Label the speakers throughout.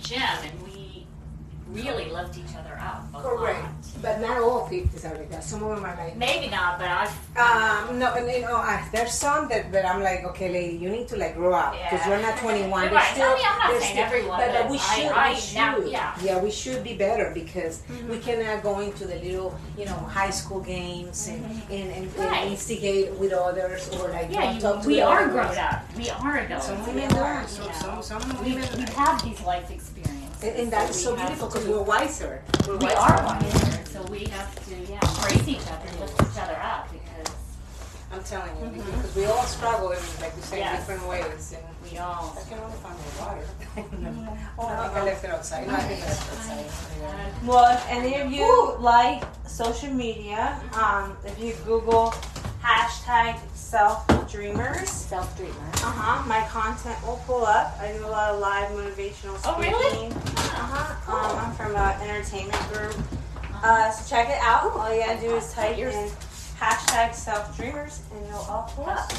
Speaker 1: Jeb, and we really loved each other up a
Speaker 2: Correct.
Speaker 1: lot.
Speaker 2: But not all fifties are like that. Some of them are like.
Speaker 1: Maybe not, but I.
Speaker 2: Um, no, and you know, I, there's some that, that I'm like, okay, lady, you need to like grow up because
Speaker 1: Yeah.
Speaker 2: you're not 21.
Speaker 1: Right.
Speaker 2: They're
Speaker 1: I mean, I'm not
Speaker 2: they're
Speaker 1: saying everyone
Speaker 2: but, but we
Speaker 1: is. I-
Speaker 2: should,
Speaker 1: I-
Speaker 2: we should,
Speaker 1: now- yeah. Mm-hmm.
Speaker 2: we should be better because we cannot go into the little, you know, high school games and and, and, and
Speaker 1: Mm-hmm. Right.
Speaker 2: instigate with others or like
Speaker 1: Yeah,
Speaker 2: not talk
Speaker 1: you,
Speaker 2: to
Speaker 1: we
Speaker 2: the
Speaker 1: are
Speaker 2: others.
Speaker 1: grown up. We are adults.
Speaker 2: Some
Speaker 1: We
Speaker 2: women
Speaker 1: are,
Speaker 2: are,
Speaker 1: you
Speaker 2: some,
Speaker 1: know.
Speaker 2: some, some
Speaker 1: We, we
Speaker 2: women.
Speaker 1: have these life experiences.
Speaker 2: And, and that's
Speaker 1: that
Speaker 2: so
Speaker 1: we have
Speaker 2: beautiful because
Speaker 1: to-
Speaker 2: we're wiser. We're
Speaker 1: We
Speaker 2: wiser.
Speaker 1: are wiser, so we have to, yeah, praise each other, and lift each other up because
Speaker 2: I'm telling you, because we all struggle in, like you say,
Speaker 1: Yes.
Speaker 2: different ways. And,
Speaker 1: we all.
Speaker 2: I can only find the water. oh, I think I left it outside. No, I think I left it outside.
Speaker 1: Uh,
Speaker 3: Well, if any of you like social media, um, if you Google hashtag self dreamers,
Speaker 1: Self treatment.
Speaker 3: uh huh, my content will pull up. I do a lot of live motivational speaking.
Speaker 1: Oh, really?
Speaker 3: Uh
Speaker 2: Uh-huh,
Speaker 3: huh. Um, I'm from an entertainment group,
Speaker 1: Uh-huh.
Speaker 3: uh, so check it out. All you gotta do is type in hashtag self dreamers, and they'll all pull up.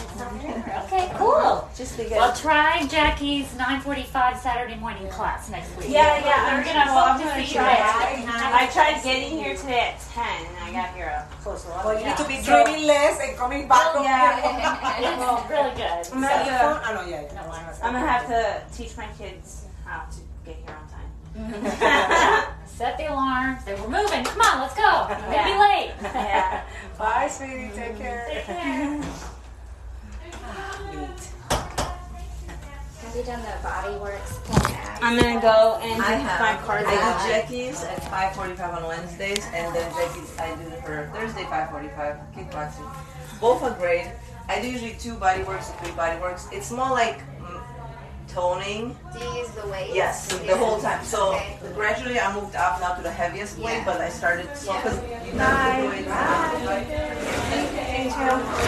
Speaker 1: Okay, cool.
Speaker 3: Just because.
Speaker 1: Well, try Jackie's 9:45 Saturday morning class next week.
Speaker 3: yeah, yeah,
Speaker 1: We're
Speaker 3: I'm
Speaker 1: gonna
Speaker 3: well,
Speaker 1: hope
Speaker 3: I'm
Speaker 1: to
Speaker 3: gonna
Speaker 1: see you
Speaker 3: try
Speaker 1: at
Speaker 3: it.
Speaker 1: 9:45.
Speaker 3: I tried getting here today at 10 and I got here at close to 11.
Speaker 2: Well, you need to be
Speaker 3: So-
Speaker 2: dreaming less and coming back.
Speaker 3: Oh, yeah.
Speaker 1: It's really good.
Speaker 3: I'm
Speaker 1: So-
Speaker 3: gonna,
Speaker 2: Your phone? Oh, no, yeah, yeah.
Speaker 1: No, I'm not-
Speaker 3: I'm gonna have to teach my kids how to get here on time.
Speaker 1: Set the alarm. Say we're moving. Come on, let's go. We're gonna be late.
Speaker 3: yeah.
Speaker 2: Bye, sweetie. Take
Speaker 1: Take
Speaker 2: care.
Speaker 1: care.
Speaker 2: Neat.
Speaker 4: Have you done the body works? plan?
Speaker 3: I'm gonna go and
Speaker 5: I have.
Speaker 3: my cardio.
Speaker 5: I do Jackie's at 5:45 on Wednesdays, and then Jackie's I do her Thursday 5:45 kickboxing. Both are great. I do usually two body works and three body works. It's more like mm, toning.
Speaker 4: Do you use the weights?
Speaker 5: Yes, the
Speaker 4: Yeah.
Speaker 5: whole time. So
Speaker 4: Okay.
Speaker 5: gradually I moved up now to the heaviest weight,
Speaker 4: Yeah.
Speaker 5: but I started so
Speaker 4: Yeah.
Speaker 5: because you guys do it.
Speaker 3: Thank you.